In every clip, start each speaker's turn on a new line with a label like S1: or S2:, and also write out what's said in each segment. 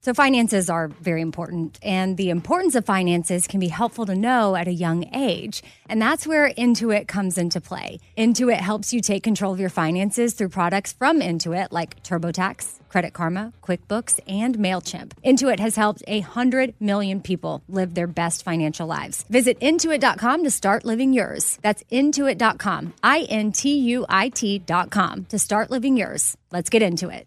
S1: So, finances are very important, and the importance of finances can be helpful to know at a young age. And that's where Intuit comes into play. Intuit helps you take control of your finances through products from Intuit, like TurboTax, Credit Karma, QuickBooks, and MailChimp. Intuit has helped a 100 million people live their best financial lives. Visit intuit.com to start living yours. That's intuit.com, I N T U I T.com, to start living yours. Let's get into it.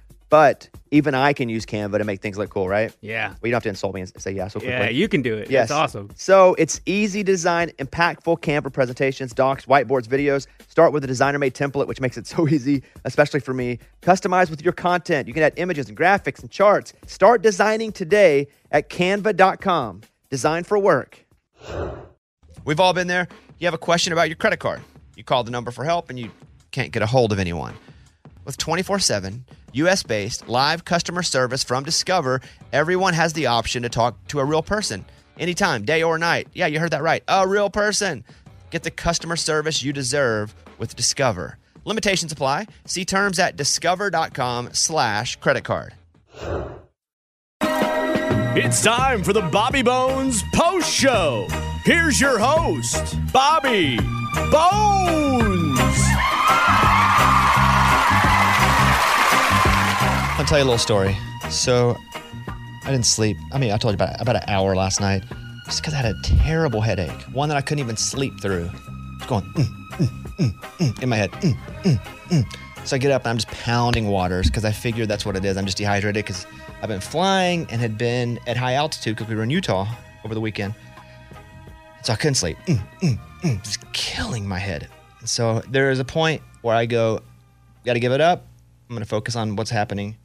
S2: But even I can use Canva to make things look cool, right?
S3: Yeah.
S2: Well, you don't have to insult me and say yeah so quickly.
S3: Yeah, you can do it.
S2: Yes.
S3: It's awesome.
S2: So it's easy design, impactful Canva presentations, docs, whiteboards, videos. Start with a designer made template, which makes it so easy, especially for me. Customize with your content. You can add images and graphics and charts. Start designing today at canva.com. Design for work. We've all been there. You have a question about your credit card. You call the number for help and you can't get a hold of anyone. With 24 7, US based live customer service from Discover, everyone has the option to talk to a real person anytime, day or night. Yeah, you heard that right. A real person. Get the customer service you deserve with Discover. Limitations apply. See terms at discover.com slash credit card.
S4: It's time for the Bobby Bones Post Show. Here's your host, Bobby Bones.
S2: I'll tell you a little story. So I didn't sleep. I mean, I told you about about an hour last night just because I had a terrible headache, one that I couldn't even sleep through. It's going "Mm, mm, mm, mm," in my head. "Mm, mm, mm." So I get up and I'm just pounding waters because I figured that's what it is. I'm just dehydrated because I've been flying and had been at high altitude because we were in Utah over the weekend. So I couldn't sleep. Mm, mm, mm, just killing my head. And so there is a point where I go, got to give it up. I'm going to focus on what's happening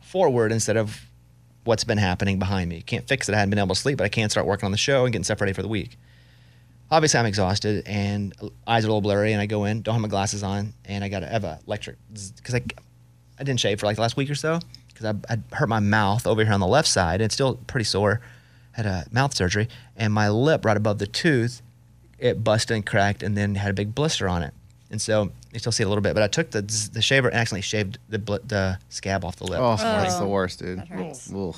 S2: forward instead of what's been happening behind me. Can't fix it. I hadn't been able to sleep, but I can start working on the show and getting stuff ready for the week. Obviously, I'm exhausted and eyes are a little blurry, and I go in, don't have my glasses on, and I got to have a electric because I, I didn't shave for like the last week or so because I, I hurt my mouth over here on the left side. And it's still pretty sore. Had a mouth surgery, and my lip right above the tooth, it busted and cracked, and then had a big blister on it. And so you still see a little bit, but I took the the shaver and accidentally shaved the bl- the scab off the lip.
S5: Oh,
S2: this morning.
S5: that's the worst, dude.
S1: That hurts.
S5: Ugh.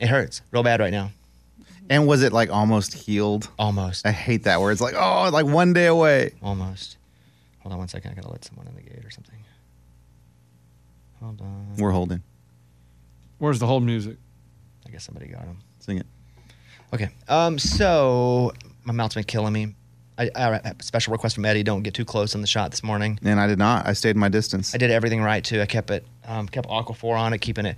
S2: It hurts real bad right now.
S5: And was it like almost healed?
S2: Almost.
S5: I hate that word. It's like, oh, like one day away.
S2: Almost. Hold on one second. I gotta let someone in the gate or something. Hold on.
S5: We're holding.
S6: Where's the whole music?
S5: Oh,
S2: I guess somebody got him.
S5: Sing it.
S2: Okay. Um. So my mouth's been killing me. I, I have a special request from Eddie. Don't get too close on the shot this morning.
S5: And I did not. I stayed my distance.
S2: I did everything right too. I kept it, um, kept Aquaphor on it, keeping it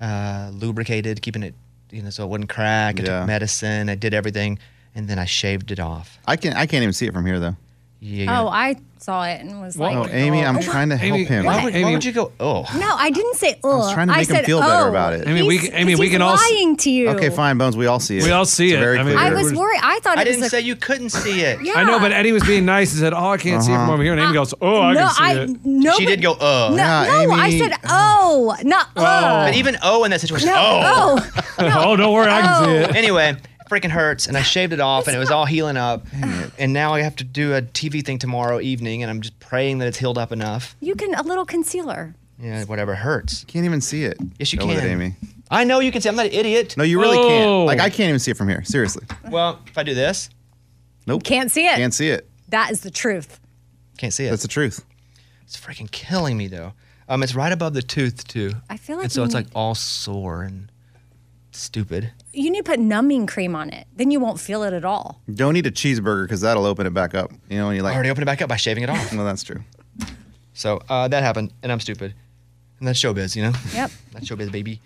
S2: uh, lubricated, keeping it, you know, so it wouldn't crack. I
S5: Yeah.
S2: took medicine. I did everything, and then I shaved it off.
S5: I can. I can't even see it from here though.
S2: Yeah.
S1: Oh, I saw it and was
S6: Well,
S1: like,
S5: Oh, Amy, I'm
S1: oh.
S5: trying to help
S6: Amy,
S5: him.
S6: why
S2: Why would, why
S6: Amy-
S2: would you go? Oh.
S1: No, I didn't say. Ugh. I
S5: was trying to make him
S1: said,
S5: feel better
S1: oh.
S5: about it.
S6: Amy, we-
S1: He's-
S6: Amy, we
S1: he's
S6: can all s-
S1: lying to you.
S5: Okay, fine, Bones. We all see it.
S6: We all see
S5: It's
S6: it.
S5: Very
S6: I mean,
S5: clear.
S1: I was worried. I thought
S2: I
S1: it was
S2: didn't
S1: a,
S2: say you couldn't see it.
S1: Yeah.
S6: I know, but Eddie was being nice and said, "Oh, I can't
S5: Uh-huh.
S6: see it from over here." And Amy goes, "Oh, I
S1: no,
S6: can see
S1: I,
S6: it."
S1: No,
S2: She did go,
S1: No,
S2: oh.
S5: Yeah,
S1: no I
S5: Amy.
S1: said, oh, not uh.
S2: But even oh in that situation,
S1: No,
S2: oh.
S1: oh.
S6: oh, don't worry, I can see
S1: Oh.
S6: it.
S2: Anyway, it freaking hurts, and I shaved it off, and it was all healing up. And now I have to do a TV thing tomorrow evening, and I'm just praying that it's healed up enough.
S1: You can a little concealer.
S2: Yeah, whatever hurts.
S5: Can't even see it.
S2: Yes, you
S5: Go with it,
S2: can.
S5: Amy.
S2: I know you can see. I'm not an idiot.
S5: No, you really
S6: Oh.
S5: can't. Like I can't even see it from here. Seriously,
S2: Well, if I do this,
S5: nope.
S1: Can't see it.
S5: Can't see it.
S1: That is the truth.
S2: can't see it.
S5: That's the truth.
S2: it's freaking killing me though. Um, it's right above the tooth too.
S1: I feel like
S2: and so
S1: you
S2: it's
S1: need-
S2: like all sore and stupid.
S1: You need to put numbing cream on it. Then you won't feel it at all.
S5: Don't eat a cheeseburger because that'll open it back up. You know, and you're
S2: I
S5: like,
S2: already opened it back up by shaving it off.
S5: well, that's true.
S2: So uh, that happened, and I'm stupid. And that's showbiz, you know?
S1: Yep.
S2: That's showbiz, baby.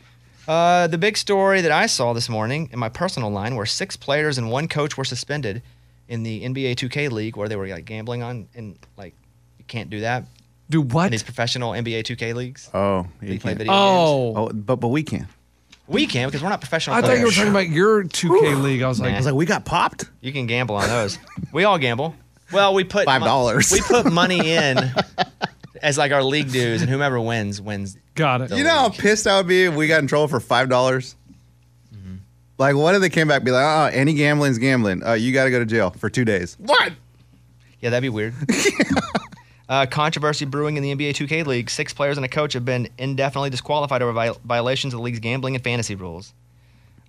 S2: Uh, the big story that I saw this morning in my personal line where six players and one coach were suspended in the NBA 2K league where they were like gambling on, and like, you can't do that
S6: Do
S2: in
S6: what?
S2: these professional NBA 2K leagues.
S5: Oh,
S2: They
S5: you
S2: play
S5: can't.
S2: video games.
S6: Oh,
S5: Oh, but but we can.
S2: We can because we're not professional
S6: I thought you were
S2: players.
S6: talking about your 2K league. I was
S5: I
S6: like,
S5: was like, we got popped.
S2: You can gamble on those. we all gamble. Well, we put
S5: Five dollars.
S2: We put money in as like our league dues, and whoever wins wins.
S6: got it.
S5: You know how
S2: Oh,
S5: pissed I would be if we got in trouble for five dollars.
S2: Mm-hmm.
S5: Like, what if they came back and be like, "Oh, any gambling's gambling. Uh, you got to go to jail for two days." What?
S2: Yeah, that'd be weird. uh, controversy brewing in the NBA 2K League. Six players and a coach have been indefinitely disqualified over viol- violations of the league's gambling and fantasy rules.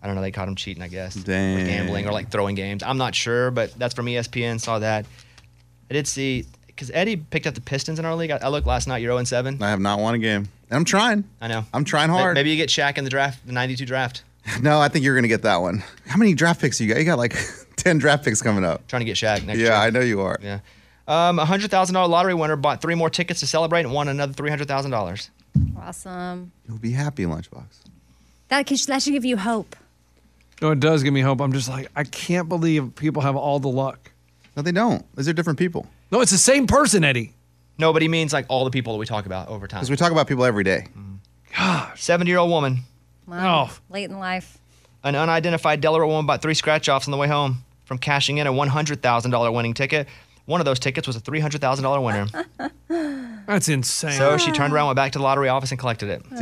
S2: I don't know. They caught him cheating, I guess. Or
S5: Dang.
S2: gambling or like throwing games. I'm not sure, but that's from E ESPN. Saw that. I did see because Eddie picked up the Pistons in our league. I, I looked last night. You're 0 7.
S5: I have not won a game, and I'm trying.
S2: I know.
S5: I'm trying
S2: May-
S5: hard.
S2: Maybe you get Shaq in the draft, the 92 draft.
S5: No, I think you're gonna get that one. How many draft picks you got? You got like ten draft picks coming up.
S2: Trying to get Shaq next year.
S5: Yeah, I know you are.
S2: Yeah. Um, a hundred thousand dollar lottery winner bought three more tickets to celebrate and won another three hundred thousand dollars.
S1: Awesome.
S5: You'll be happy, Lunchbox.
S1: That, could- that should give you hope.
S6: No, it does give me hope. I'm just like, I can't believe people have all the luck.
S5: No, they don't. Those are different people.
S6: No, it's the same person, Eddie.
S2: No, but he means like all the people that we talk about over time.
S5: Because we talk about people every day.
S2: Mm-hmm. Seventy year old woman,
S1: Wow.
S6: Oh.
S1: Late in life.
S2: an unidentified Delaware woman, bought three scratch offs on the way home from cashing in a one hundred thousand dollar winning ticket. One of those tickets was a three hundred thousand dollar winner.
S6: That's insane.
S2: so she turned around, went back to the lottery office, and collected it.
S5: Dang.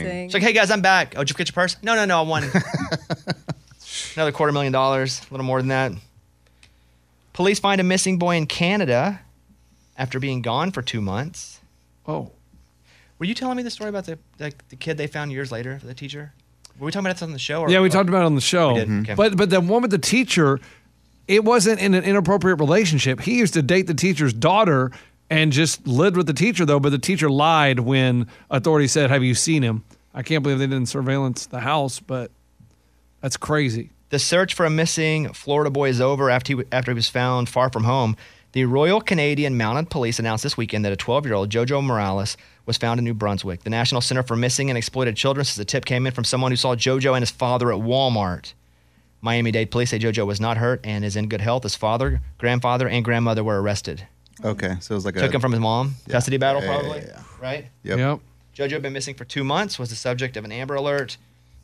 S1: Amazing.
S2: She's like, "Hey guys, I'm back. Oh, did you get your purse? No, no, no, I won another quarter million dollars, a little more than that." Police find a missing boy in Canada after being gone for two months.
S6: Oh,
S2: Were you telling me the story about the like the kid they found years later, the teacher? Were we talking about this on the show? Or,
S6: yeah, we talked about it on the show.
S2: did,
S5: Mm-hmm.
S2: Mhm. okay.
S6: But but the one with the teacher, it wasn't in an inappropriate relationship. He used to date the teacher's daughter and just lived with the teacher though. But the teacher lied when authorities said, "Have you seen him?" I can't believe they didn't surveillance the house, but that's crazy.
S2: The search for a missing Florida boy is over after he, after he was found far from home. The Royal Canadian Mounted Police announced this weekend that a 12 year old Jojo Morales was found in New Brunswick. The National Center for Missing and Exploited Children says a tip came in from someone who saw Jojo and his father at Walmart. Miami Dade police say Jojo was not hurt and is in good health. His father, grandfather, and grandmother were arrested.
S5: Okay, so it was like
S2: Took
S5: a
S2: him from his mom. Custody battle,
S5: Yeah, yeah,
S2: probably.
S5: yeah, yeah.
S2: Right?
S5: Yep.
S6: yep.
S2: Jojo had been missing for two months, was the subject of an Amber Alert,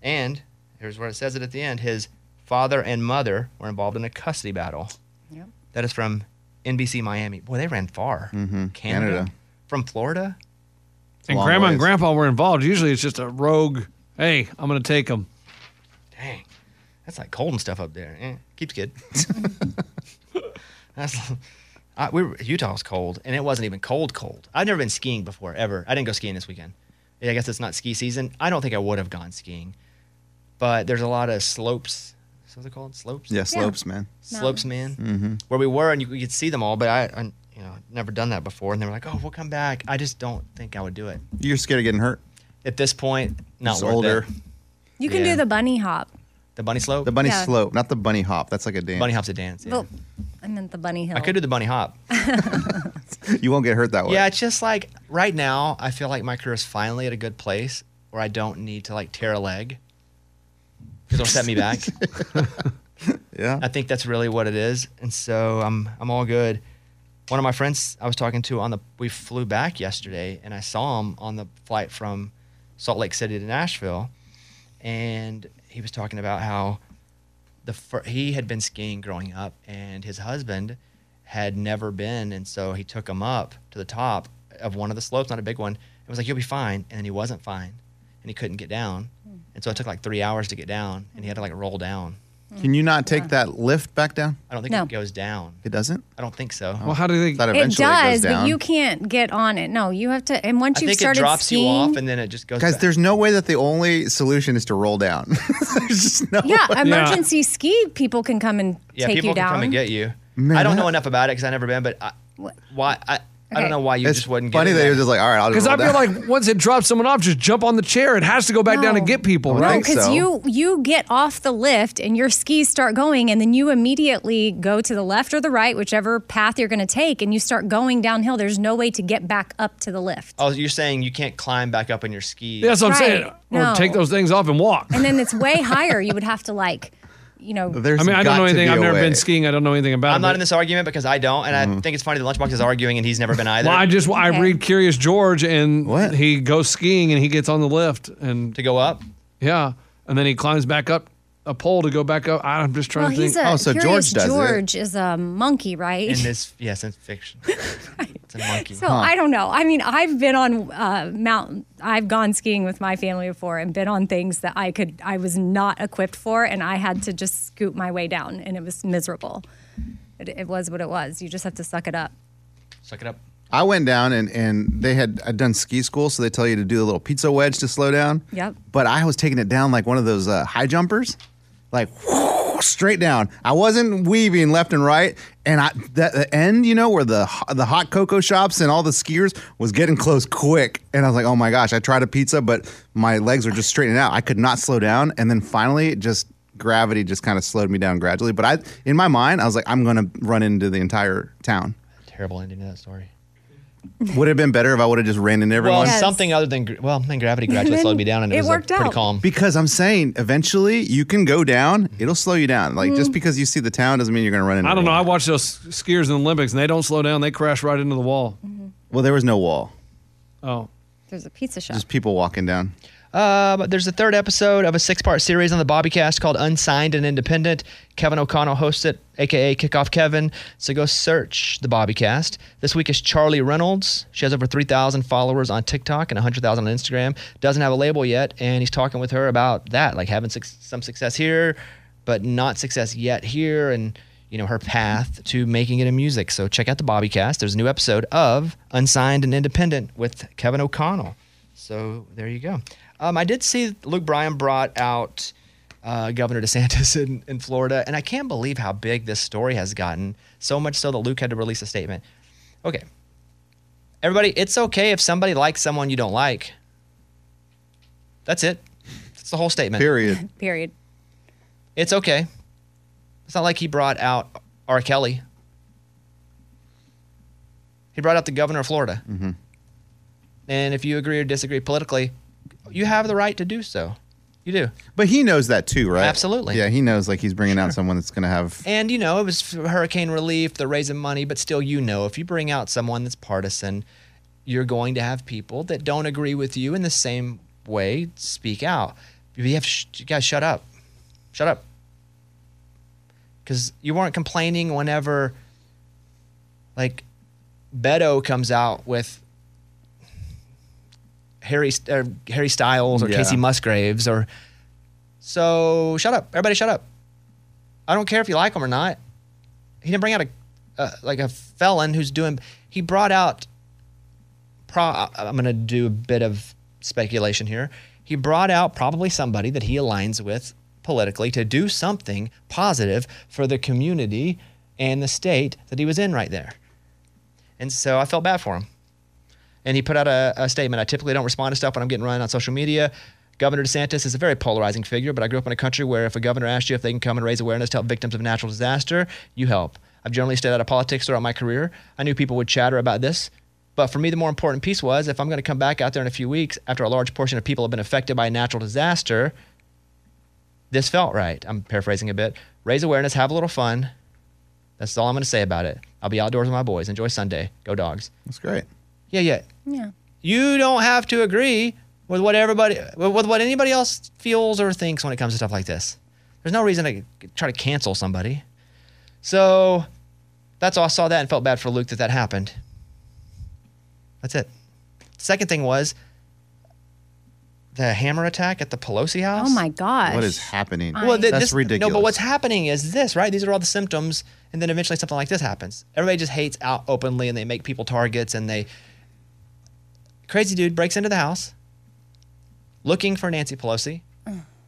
S2: and here's where it says it at the end his father and mother were involved in a custody battle.
S1: Yep.
S2: That is from NBC Miami. Boy, they ran far. Canada.
S5: Canada.
S2: From Florida?
S5: a
S6: and
S5: long
S6: grandma and
S5: ways.
S6: grandpa were involved. Usually it's just a rogue, hey, I'm going to take them.
S2: Dang. That's like cold and stuff up there. Eh, keeps good. That's. I, we were, Utah was cold, and it wasn't even cold, cold. I've never been skiing before, ever. I didn't go skiing this weekend. Yeah, I guess it's not ski season. I don't think I would have gone skiing, but there's a lot of slopes. What's it called? Slopes?
S5: Yeah, Mm-hmm. slopes, man.
S2: slopes man where we were and you, you could see them all but I, I you know never done that before and they were like oh we'll come back i just don't think i would do it
S5: You're scared of getting hurt.
S2: at this point not
S5: Just
S2: worth
S5: older.
S2: it.
S1: You can
S2: Yeah.
S1: do the bunny hop.
S2: the bunny slope
S5: The bunny
S1: Yeah.
S5: slope, not the bunny hop. That's like a dance.
S2: bunny hop's a dance yeah.
S1: Well, I meant the bunny hill.
S2: i could do the bunny hop
S5: You won't get hurt that way.
S2: yeah it's just like right now i feel like my career is finally at a good place where i don't need to like tear a leg because it'll set me back
S5: Yeah.
S2: I think that's really what it is. And so I'm I'm all good. One of my friends I was talking to on the we flew back yesterday and I saw him on the flight from Salt Lake City to Nashville and he was talking about how the fir- he had been skiing growing up and his husband had never been and so he took him up to the top of one of the slopes not a big one and was like you'll be fine and then he wasn't fine and he couldn't get down and so it took like three hours to get down and he had to like roll down
S1: Mm.
S5: Can you not take that lift back down?
S2: I don't think
S1: No.
S2: it goes down.
S5: It doesn't.
S2: I don't think so.
S6: Well, how do
S5: Oh. That
S6: they?
S1: it
S5: eventually
S1: does,
S5: goes down.
S1: but you can't get on it. No, you have to. And once
S2: I
S1: you've
S2: think it
S1: started
S2: drops
S1: skiing,
S2: you off and then it just goes.
S5: Guys,
S2: back.
S5: there's no way that the only solution is to roll down. there's just no
S1: yeah,
S5: way.
S1: emergency ski people can come and
S2: yeah,
S1: take
S2: people
S1: you down.
S2: can come and get you.
S5: Man,
S2: I don't
S5: that-
S2: know enough about it because I've never been, but I, why? I, I don't know why you
S5: it's
S2: just wouldn't.
S5: funny
S2: get
S5: that
S2: it
S5: he was just like, all right, I'll just
S6: Because I
S5: roll
S6: feel
S5: down.
S6: like once it drops someone off, just jump on the chair. It has to go back down and
S1: No.
S6: get people,
S5: No,
S1: No,
S6: right?
S5: think
S1: because
S5: so.
S1: you you get off the lift and your skis start going, and then you immediately go to the left or the right, whichever path you're going to take, and you start going downhill. There's no way to get back up to the lift,
S2: Oh, you're saying you can't climb back up on your skis?
S6: That's what I'm saying.
S1: Right.
S6: Or
S1: No.
S6: take those things off and walk.
S1: and then it's way higher. You would have to like, you know,
S5: There's
S6: I mean, I
S5: got
S6: don't know
S5: to
S6: anything.
S5: be
S6: I've
S5: a
S6: never
S5: way.
S6: been skiing. I don't know anything about it.
S2: I'm not
S6: but-
S2: in this argument because I don't, and
S5: Mm-hmm.
S2: I think it's funny that Lunchbox is arguing and he's never been either.
S6: Well, I just I
S1: Okay.
S6: read Curious George and
S5: What?
S6: he goes skiing and he gets on the lift and
S2: to go up.
S6: yeah, and then he climbs back up a pole to go back up. I'm just trying
S1: well,
S6: to think.
S1: he's a
S5: Oh, so
S1: curious
S5: George does it.
S1: George is a monkey, right?
S2: in this yes in fiction it's a monkey
S1: So I don't know. I mean, I've been on uh, mountain. I've gone skiing with my family before and been on things that I could, I was not equipped for, and I had to just scoot my way down, and it was miserable. It, it was what it was. You just have to suck it up.
S2: suck it up
S5: I went down and, and they had I'd done ski school, so they tell you to do a little pizza wedge to slow down.
S1: Yep.
S5: But I was taking it down like one of those uh, high jumpers, like straight down. I wasn't weaving left and right, and I that the end, you know, where the ho- the hot cocoa shops and all the skiers was getting close quick, and I was like, oh my gosh! I tried a pizza, but my legs were just straightening out. I could not slow down, and then finally, it just gravity just kind of slowed me down gradually. But I, in my mind, I was like, I'm gonna run into the entire town.
S2: terrible ending to that story
S5: Would it have been better if I would have just ran into everyone?
S2: well
S1: Yes.
S2: something other than gra- well then gravity gradually
S1: Then
S2: slowed me down and it,
S1: it
S2: was like,
S1: worked
S2: pretty
S1: out.
S2: calm
S5: Because I'm saying eventually you can go down, it'll slow you down. Like
S2: Mm.
S5: just because you see the town doesn't mean you're going to run into
S6: I don't know. I
S5: everyone.
S6: watch those skiers in the Olympics and they don't slow down. They crash right into the wall.
S5: Well, there was no wall,
S6: Oh,
S1: There's a pizza shop.
S5: just people walking down.
S2: uh, but there's a third episode of a six-part series on the bobbycast called unsigned and independent kevin o'connell hosts it aka kickoff kevin so go search the bobbycast this week is charlie reynolds she has over 3000 followers on tiktok and 100000 on instagram doesn't have a label yet and he's talking with her about that like having suc some success here but not success yet here and you know her path to making it in music so check out the bobbycast there's a new episode of unsigned and independent with kevin o'connell so there you go um, i did see luke bryan brought out uh, governor desantis in, in florida and i can't believe how big this story has gotten so much so that luke had to release a statement okay everybody it's okay if somebody likes someone you don't like that's it that's the whole statement
S5: Period.
S1: Period.
S2: it's okay. It's not like he brought out R. Kelly. He brought out the governor of Florida. Mm-hmm. And if you agree or disagree politically, you have the right to do so. You do.
S5: But he knows that too, right?
S2: Absolutely.
S5: Yeah, he knows like he's bringing out someone that's going to have.
S2: And, you know, it was for hurricane relief, they're raising money, but still, you know, if you bring out someone that's partisan, you're going to have people that don't agree with you in the same way speak out. You have, sh- you guys, shut up. Shut up. Because you weren't complaining whenever, like, Beto comes out with Harry, St- or Harry Styles or
S5: Yeah.
S2: Casey Musgraves or. So shut up. Everybody shut up. I don't care if you like him or not. He didn't bring out a uh, like a felon who's doing. He brought out. Pro, I- I'm going to do a bit of speculation here. He brought out probably somebody that he aligns with politically to do something positive for the community and the state that he was in right there. And so I felt bad for him. And he put out a, a statement. I typically don't respond to stuff when I'm getting run on social media. Governor DeSantis is a very polarizing figure, but I grew up in a country where if a governor asked you if they can come and raise awareness to help victims of natural disaster, you help. I've generally stayed out of politics throughout my career. I knew people would chatter about this. But for me, the more important piece was if I'm going to come back out there in a few weeks after a large portion of people have been affected by a natural disaster, this felt right. I'm paraphrasing a bit. Raise awareness, have a little fun. That's all I'm going to say about it. I'll be outdoors with my boys. Enjoy Sunday. Go dogs.
S5: That's great.
S2: Yeah, yeah.
S1: Yeah.
S2: You don't have to agree with what everybody, with with what anybody else feels or thinks when it comes to stuff like this. There's no reason to try to cancel somebody. So that's all I saw that and felt bad for Luke that that happened. That's it. Second thing was the hammer attack at the Pelosi house.
S1: Oh my gosh.
S5: What is happening?
S2: Well, th-
S5: that's
S2: this,
S5: ridiculous.
S2: No, but what's happening is this, right? These are all the symptoms, and then eventually something like this happens. Everybody just hates out openly, and they make people targets, and they crazy dude breaks into the house looking for Nancy Pelosi.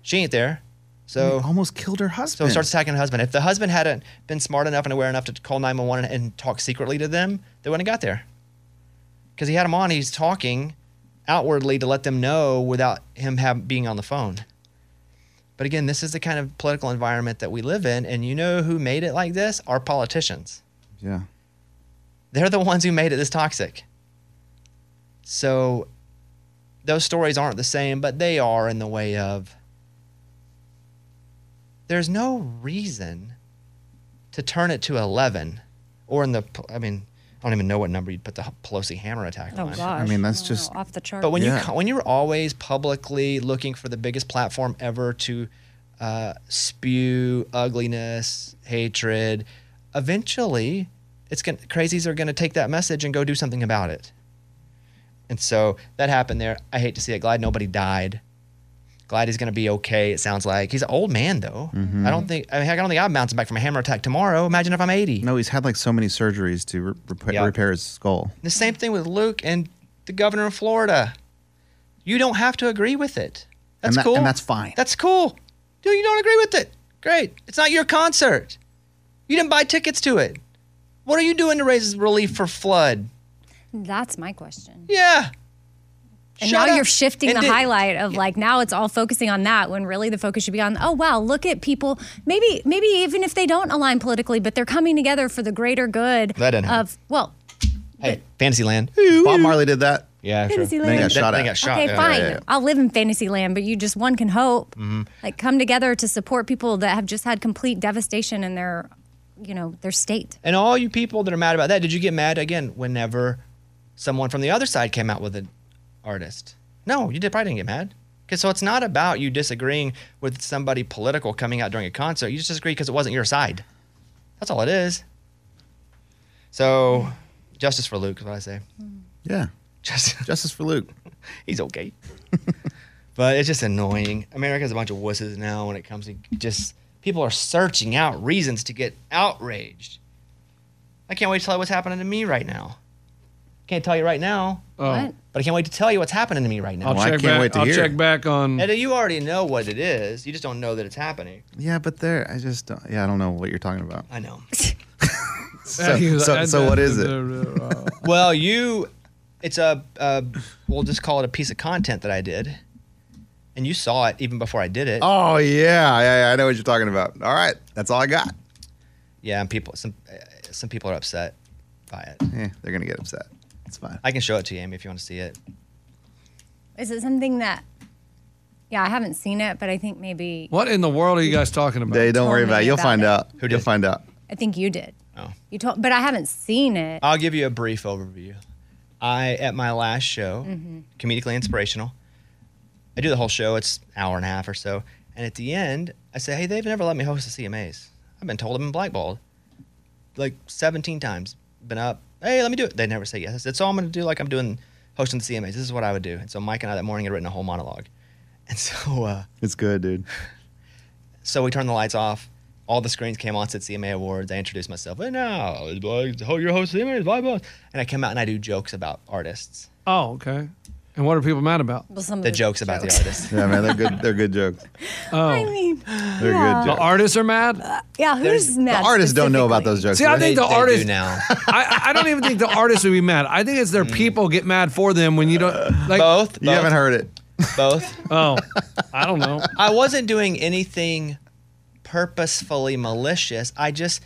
S2: She ain't there, so
S5: almost killed her
S2: so
S5: husband.
S2: he starts attacking the husband. If the husband hadn't been smart enough and aware enough to call 911 and, and talk secretly to them, they wouldn't have got there. because he had him on. He's talking outwardly to let them know without him have, being on the phone. But again, this is the kind of political environment that we live in. And you know who made it like this? Our politicians.
S5: Yeah.
S2: They're the ones who made it this toxic. So those stories aren't the same, but they are in the way of there's no reason to turn it to 11 or in the, I mean, I don't even know what number you'd put the Pelosi hammer attack
S1: Oh
S2: on.
S1: gosh.
S5: I mean, that's
S1: don't
S5: just-
S1: know, off the chart.
S2: But when
S5: Yeah.
S2: you co- when you're always publicly looking for the biggest platform ever to uh, spew ugliness, hatred, eventually it's gonna, crazies are going to take that message and go do something about it. And so that happened there. I hate to see it. Glad nobody died. Glad he's going to be okay. It sounds like he's an old man though. I don't think I, mean, heck, I don't think I'm bouncing back from a hammer attack tomorrow. Imagine if I'm 80.
S5: No, he's had like so many surgeries to re- repa-
S2: Yeah.
S5: repair his skull.
S2: The same thing with Luke and the governor of Florida. You don't have to agree with it. That's
S5: And that-
S2: cool.
S5: and that's fine.
S2: That's cool. No, you don't agree with it. Great. It's not your concert. You didn't buy tickets to it. What are you doing to raise relief for flood?
S1: that's my question.
S2: Yeah.
S1: And
S2: Shut
S1: now
S2: up.
S1: you're shifting
S2: And
S1: the
S2: did-
S1: highlight of like now it's all focusing on that when really the focus should be on oh wow look at people maybe maybe even if they don't align politically but they're coming together for the greater good
S2: That didn't happen.
S1: of well
S2: Hey, Fantasyland.
S5: Bob Marley did that.
S2: Yeah,
S1: sure. Fantasyland. They got
S5: shot
S2: they
S5: at.
S2: got shot
S1: okay
S2: at.
S1: fine
S5: yeah, yeah.
S1: I'll live in fantasy land but you just one can hope
S2: Mm-hmm.
S1: like come together to support people that have just had complete devastation in their you know their state
S2: And all you people that are mad about that, did you get mad again whenever someone from the other side came out with an artist? No, you did, probably didn't get mad. Okay, so it's not about you disagreeing with somebody political coming out during a concert. You just disagree because it wasn't your side. That's all it is. So, justice for Luke is what I say.
S5: Yeah.
S2: Just,
S5: Justice for Luke.
S2: he's okay. but it's just annoying. America's a bunch of wusses now when it comes to just people are searching out reasons to get outraged. I can't wait to tell you what's happening to me right now. Can't tell you right now,
S1: What?
S2: but I can't wait to tell you what's happening to me right now.
S6: I'll
S5: Well, I
S6: check
S5: can't
S6: back.
S5: wait to
S6: I'll
S5: hear.
S6: check back on.
S2: And you already know what it is. You just don't know that it's happening.
S5: Yeah, but there, I just don't. Yeah, I don't know what you're talking about.
S2: I know.
S5: So, so, so what is it?
S2: well, you, it's a, a, we'll just call it a piece of content that I did, and you saw it even before I did it.
S5: Oh yeah, yeah, yeah, I know what you're talking about. All right, that's all I got.
S2: Yeah, and people, some, uh, some people are upset by it.
S5: Yeah, Eh, they're gonna get upset. It's fine.
S2: I can show it to you, Amy, if you want to see it.
S1: is it something that yeah I haven't seen it but I think maybe
S6: What in the world are you guys talking about?
S5: They don't worry
S1: me
S5: about it. You'll
S1: about
S5: find
S1: it.
S5: out.
S2: Who
S5: You'll
S2: did?
S5: find out.
S1: I think you did
S2: Oh.
S1: you told but I haven't seen it
S2: I'll give you a brief overview. I at my last show, comedically inspirational. I do the whole show. It's an hour and a half or so, and at the end, I say, "Hey, they've never let me host the CMAs. I've been told I've been blackballed like 17 times. Been up. Hey, let me do it. They never say yes. I said, so I'm going to do like I'm doing hosting the CMAs. This is what I would do. And so Mike and I that morning had written a whole monologue, and so uh,
S5: It's good, dude.
S2: So we turned the lights off. All the screens came on, said CMA Awards. I introduced myself. And now, hold your oh, host, CMA, blah, blah. And I come out and I do jokes about artists.
S6: Oh, okay. And what are people mad about?
S1: Well, some of
S2: Uh, The jokes Oh. about the artists.
S5: Yeah, man, they're good. They're good jokes.
S1: I mean,
S5: They're
S1: Yeah.
S5: good
S6: The
S5: jokes.
S6: artists are mad.
S1: yeah, who's
S5: The
S1: mad?
S5: artists don't know about those
S1: specifically?
S5: jokes.
S6: See, I
S5: They're-
S2: they
S6: think the
S2: do
S6: artists
S2: now.
S6: I, I don't even think the artists would be mad. I think it's their people get mad for them when you don't like.
S2: Hmm. Both.
S5: you haven't heard it.
S2: Both.
S6: Oh, I don't know.
S2: I wasn't doing anything purposefully malicious. I just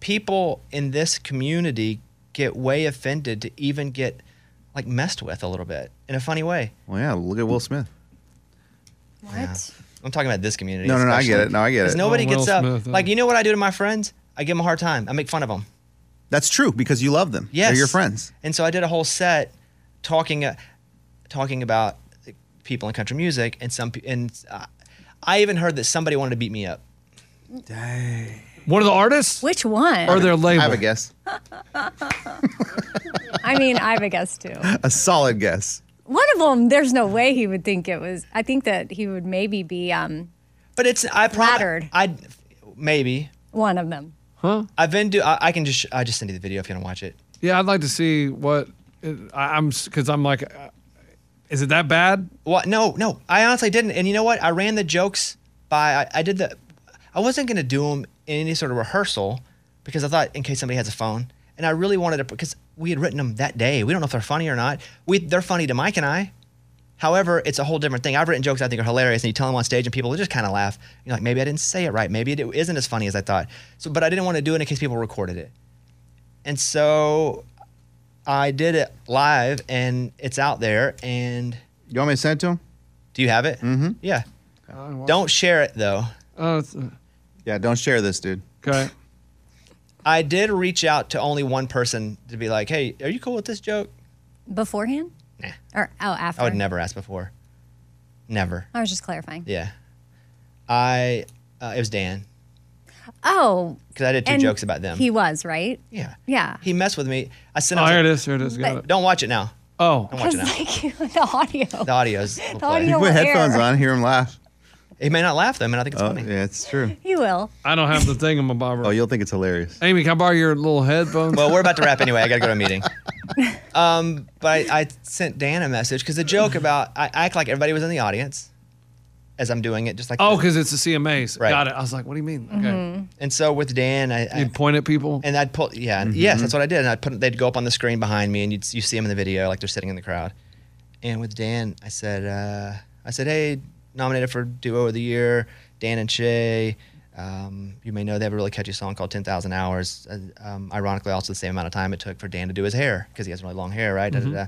S2: people in this community get way offended to even get like messed with a little bit in a funny way.
S5: Well, yeah, look at Will Smith.
S1: What?
S2: I'm talking about this community.
S5: No, no, no, I
S2: especially.
S5: get it. No, I get
S2: 'Cause
S5: it.
S2: Nobody
S6: Oh,
S2: gets
S6: Will
S2: up.
S6: Smith, yeah.
S2: Like, you know what I do to my friends? I give them a hard time. I make fun of them.
S5: That's true because you love them.
S2: Yes.
S5: they're your friends.
S2: And so I did a whole set talking uh, talking about people in country music and some pe- and uh, I even heard that somebody wanted to beat me up.
S6: One of the artists
S1: Which one?
S6: or their label.
S5: I have a guess.
S1: I mean, I have a guess too.
S5: A solid guess.
S1: One of them, there's no way he would think it was. I think that he would maybe be um,
S2: But it's I probably
S1: Flattered.
S2: I maybe
S1: one of them.
S2: I've been do I, I can just I just send you the video if you want to watch it.
S6: Yeah, I'd like to see what I, I'm because I'm like, uh, is it that bad?
S2: What? No, no. I honestly didn't. And you know what? I ran the jokes by. I, I did the. I wasn't gonna do them in any sort of rehearsal because I thought in case somebody has a phone, and I really wanted to because we had written them that day. We don't know if they're funny or not. We they're funny to Mike and I. However, it's a whole different thing. I've written jokes I think are hilarious, and you tell them on stage, and people just kind of laugh. You're like, maybe I didn't say it right. Maybe it isn't as funny as I thought. So, but I didn't want to do it in case people recorded it. And so, I did it live, and it's out there. And
S5: You want me to send it to him?
S2: do you have it? Mm-hmm. Yeah.
S6: well-
S2: Don't share it though.
S6: Uh, it's- uh,
S5: Yeah, don't share this, dude.
S6: okay.
S2: I did reach out to only one person to be like, "Hey, are you cool with this joke?"
S1: beforehand?
S2: Nah.
S1: Or oh, after?
S2: I would never ask before. Never.
S1: I was just clarifying.
S2: Yeah. I uh, it was Dan
S1: Oh,
S2: because I did two
S1: and
S2: jokes about them.
S1: He was right.
S2: yeah.
S1: Yeah.
S2: He messed with me. I sent.
S6: Oh,
S2: out
S6: here it is. Here it is. Got it.
S2: Don't watch it now.
S6: Oh,
S2: Don't watch
S1: Because
S2: it now.
S1: like the audio.
S2: the audio's. will play.
S5: You
S1: audio- No
S5: put headphones
S1: air.
S5: on, hear him laugh.
S2: He may not laugh though. I mean, I think it's
S5: Oh,
S2: funny.
S5: yeah, it's true.
S1: He will.
S6: I don't have the thing in my barber.
S5: Oh, you'll think it's hilarious.
S6: Amy, can I borrow your little headphones?
S2: Well, we're about to wrap anyway. I got to go to a meeting. Um, but I, I sent Dan a message because the joke about I act like everybody was in the audience as I'm doing it, just like
S6: oh,
S2: this.
S6: because it's the CMAs.
S2: Right.
S6: Got it. I was like, what do you mean? Okay.
S2: And so with Dan, I, I
S6: You'd point at people.
S2: And I'd pull, yeah, and
S5: Mm-hmm.
S2: yes, that's what I did. And I'd put, they'd go up on the screen behind me, and you'd you see them in the video, like they're sitting in the crowd. And with Dan, I said, uh, I said, hey, nominated for duo of the year, Dan and Shay. Um, you may know they have a really catchy song called 10,000 Hours. Uh, Um, ironically, also the same amount of time it took for Dan to do his hair because he has really long hair, right? Da, da,
S5: Mm-hmm.
S2: da.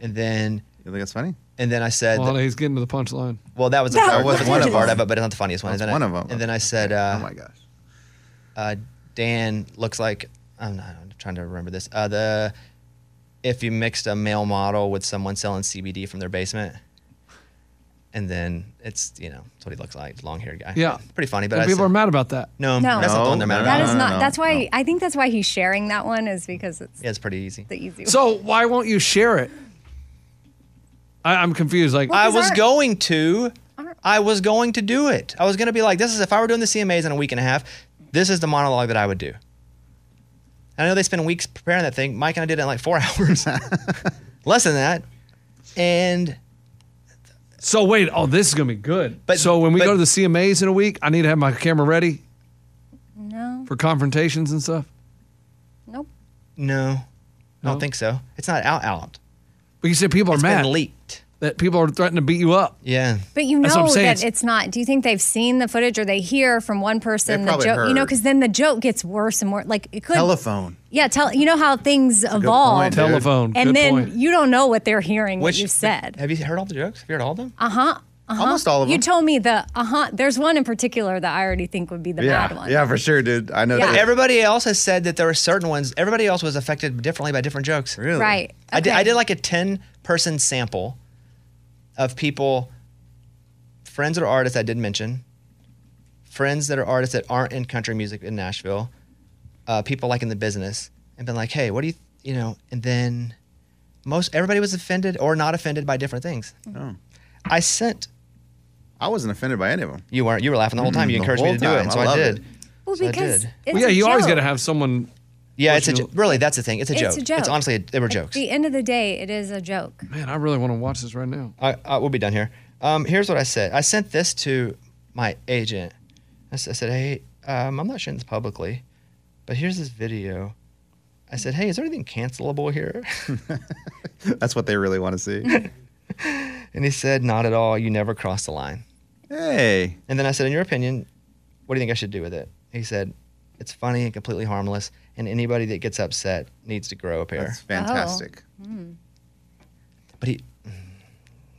S2: And then,
S5: You think that's funny?
S2: and then I said,
S6: well, he's getting to the punchline.
S2: well, that was the
S1: That
S2: part,
S1: was
S2: that was one
S1: one of
S2: part of
S5: them.
S2: it, but it's not the funniest one.
S5: That's
S2: And then
S5: one
S2: I-
S5: of them.
S2: And then I said, uh,
S5: oh my gosh.
S2: uh, Dan looks like I'm not I'm trying to remember this. Uh, the if you mixed a male model with someone selling CBD from their basement, and then it's you know that's what he looks like, long haired guy.
S6: Yeah.
S2: pretty funny. But
S6: And
S2: I
S6: people
S2: said,
S6: are mad about that.
S2: no,
S1: No.
S2: that's not the one
S5: No,
S2: they're mad
S5: no,
S1: That
S2: about.
S1: is
S5: no,
S1: not.
S5: no,
S1: that's why I think that's why he's sharing that one is because it's
S2: Yeah, it's pretty easy.
S1: the easy one.
S6: So why won't you share it? I, I'm confused. Like,
S2: I
S1: Because
S2: was
S1: our-
S2: going to. I was going to do it. I was going to be like, this is if I were doing the CMAs in a week and a half, this is the monologue that I would do. And I know they spend weeks preparing that thing. Mike and I did it in like four hours, less than that. And
S6: so wait. Oh, this is gonna be good.
S2: But-
S6: so when we
S2: but-
S6: go to the CMAs in a week, I need to have my camera ready
S1: no,
S6: for confrontations and stuff.
S1: nope.
S2: no, I
S6: No?
S2: don't think so. It's not out out.
S6: But you said people are
S2: It's
S6: mad
S2: been leaked.
S6: that people are threatening to beat you up.
S2: Yeah.
S1: But you
S6: That's what
S1: know
S6: I'm saying.
S1: that
S6: It's-
S1: it's not. Do you think they've seen the footage or they hear from one person
S5: They
S1: the
S5: probably
S1: joke? You know,
S5: heard.
S1: because then the joke gets worse and more. Like it could.
S5: Telephone.
S1: Yeah, tell. You know how things evolve.
S5: point, dude.
S6: Telephone.
S1: and
S6: good
S1: then
S6: point.
S1: you don't know what they're hearing what
S2: Which-
S1: you said. Uh-huh.
S2: Have you heard all the jokes? Have you heard all of them?
S5: Almost all of them.
S1: You told me the uh huh. There's one in particular that I already think would be the
S5: yeah,
S1: bad one.
S5: yeah, for sure, dude. I know.
S1: Yeah.
S5: too.
S2: Everybody else has said that there were certain ones. Everybody else was affected differently by different jokes.
S5: Really?
S1: Right.
S2: I did, I
S1: Okay.
S2: did like a 10 person sample of people, friends that are artists I did mention, friends that are artists that aren't in country music in Nashville, uh, people like in the business, and been like, hey, what do you, you know, and then most everybody was offended or not offended by different things.
S5: Oh.
S2: I sent,
S5: I wasn't offended by any of them.
S2: you weren't, you were laughing the whole time. You
S5: Mm, the
S2: encouraged
S5: whole
S2: me to do it,
S5: time.
S2: and
S5: I
S2: so I,
S5: love
S2: did.
S5: it.
S1: Well,
S2: So I
S1: because
S2: did.
S1: it's
S6: Well, yeah,
S1: a
S6: you always
S1: joke.
S6: got to have someone.
S2: Yeah, it's a,
S6: Original-
S2: jo- really, that's the thing. It's a
S1: It's
S2: joke.
S1: a joke.
S2: It's honestly, they were
S1: At
S2: jokes.
S1: the end of the day, it is a joke.
S6: Man, I really want to watch this right now.
S2: I, I we'll be done here. Um, here's what I said. I sent this to my agent. I, s- I said, hey, um, I'm not sharing this publicly, but here's this video. I said, hey, is there anything cancelable here?
S5: That's what they really want to see.
S2: and he said, not at all. You never crossed the line.
S5: hey,
S2: And then I said, in your opinion, what do you think I should do with it? He said, it's funny and completely harmless, and anybody that gets upset needs to grow a pair.
S5: that's fantastic.
S2: but he,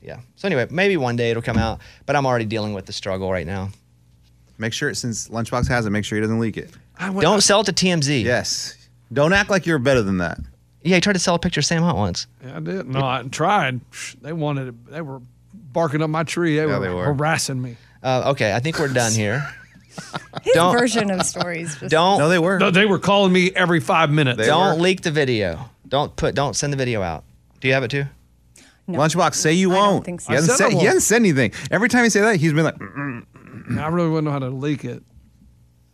S2: yeah. So anyway, maybe one day it'll come out, but I'm already dealing with the struggle right now.
S5: Make sure, since Lunchbox has it, make sure he doesn't leak it.
S6: I went,
S2: Don't sell it to TMZ.
S5: Yes. Don't act like you're better than that.
S2: Yeah, he tried to sell a picture of Sam Hunt once.
S6: Yeah, I did. No, I tried. They wanted. It. They were barking up my tree. They,
S5: Yeah,
S6: were
S5: they were.
S6: harassing me.
S2: Uh, okay, I think we're done here.
S1: His
S2: Don't-
S1: version of stories. Just,
S2: Don't
S5: No, they were.
S6: No, they were calling me every five minutes.
S5: They
S2: don't
S5: were.
S2: leak the video. Don't put don't send the video out. Do you have it too?
S5: Lunchbox, say you
S1: I
S5: won't.
S1: don't think so.
S5: He, hasn't
S6: I said I
S5: said, he
S6: won't.
S5: hasn't said anything. Every time he say that, he's been like, "Mm,
S6: I really wouldn't know how to leak it.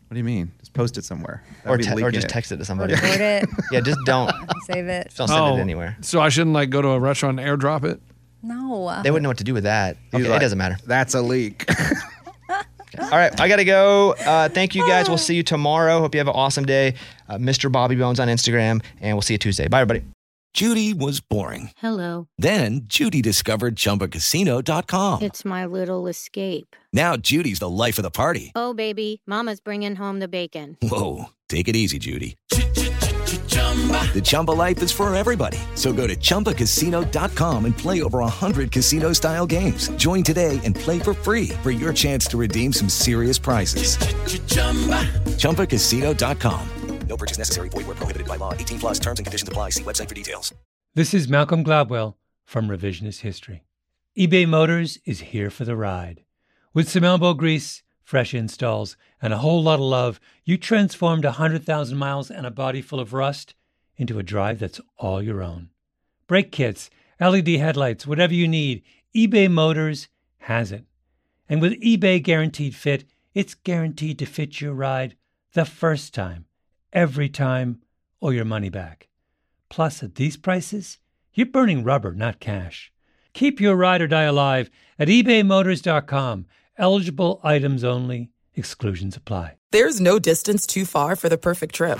S5: "What do you mean? Just post it somewhere, That'd
S2: Or
S5: be
S2: te- or
S5: leaking
S2: just
S5: it.
S2: text it to somebody.
S1: record it.
S2: yeah, just don't
S1: Save it.
S2: don't send
S6: Oh.
S2: it anywhere.
S6: So I shouldn't like go to a restaurant and airdrop it.
S1: No.
S2: They wouldn't know what to do with that.
S5: He's
S2: Okay,
S5: like,
S2: it doesn't matter.
S5: That's a leak.
S2: All right, I got to go. Uh, thank you guys. We'll see you tomorrow. Hope you have an awesome day. Uh, Mr. Bobby Bones on Instagram, and we'll see you Tuesday. Bye, everybody.
S7: Judy was boring.
S8: Hello.
S7: Then Judy discovered ChumbaCasino.com.
S8: It's my little escape.
S7: Now Judy's the life of the party.
S8: Oh, baby, Mama's bringing home the bacon.
S7: Whoa, take it easy, Judy. The Chumba life is for everybody. So go to ChumbaCasino.com and play over 100 casino style games. Join today and play for free for your chance to redeem some serious prizes. ChumbaCasino.com. No purchase necessary. Void where prohibited by law. 18 plus terms and conditions apply. See website for details.
S9: This is Malcolm Gladwell from Revisionist History. eBay Motors is here for the ride. With some elbow grease, fresh installs, and a whole lot of love, you transformed a 100,000 miles and a body full of rust into a drive that's all your own. Brake kits, LED headlights, whatever you need, eBay Motors has it. And with eBay Guaranteed Fit, it's guaranteed to fit your ride the first time, every time, or your money back. Plus, at these prices, you're burning rubber, not cash. Keep your ride or die alive at ebaymotors.com. Eligible items only, exclusions apply.
S10: There's no distance too far for the perfect trip.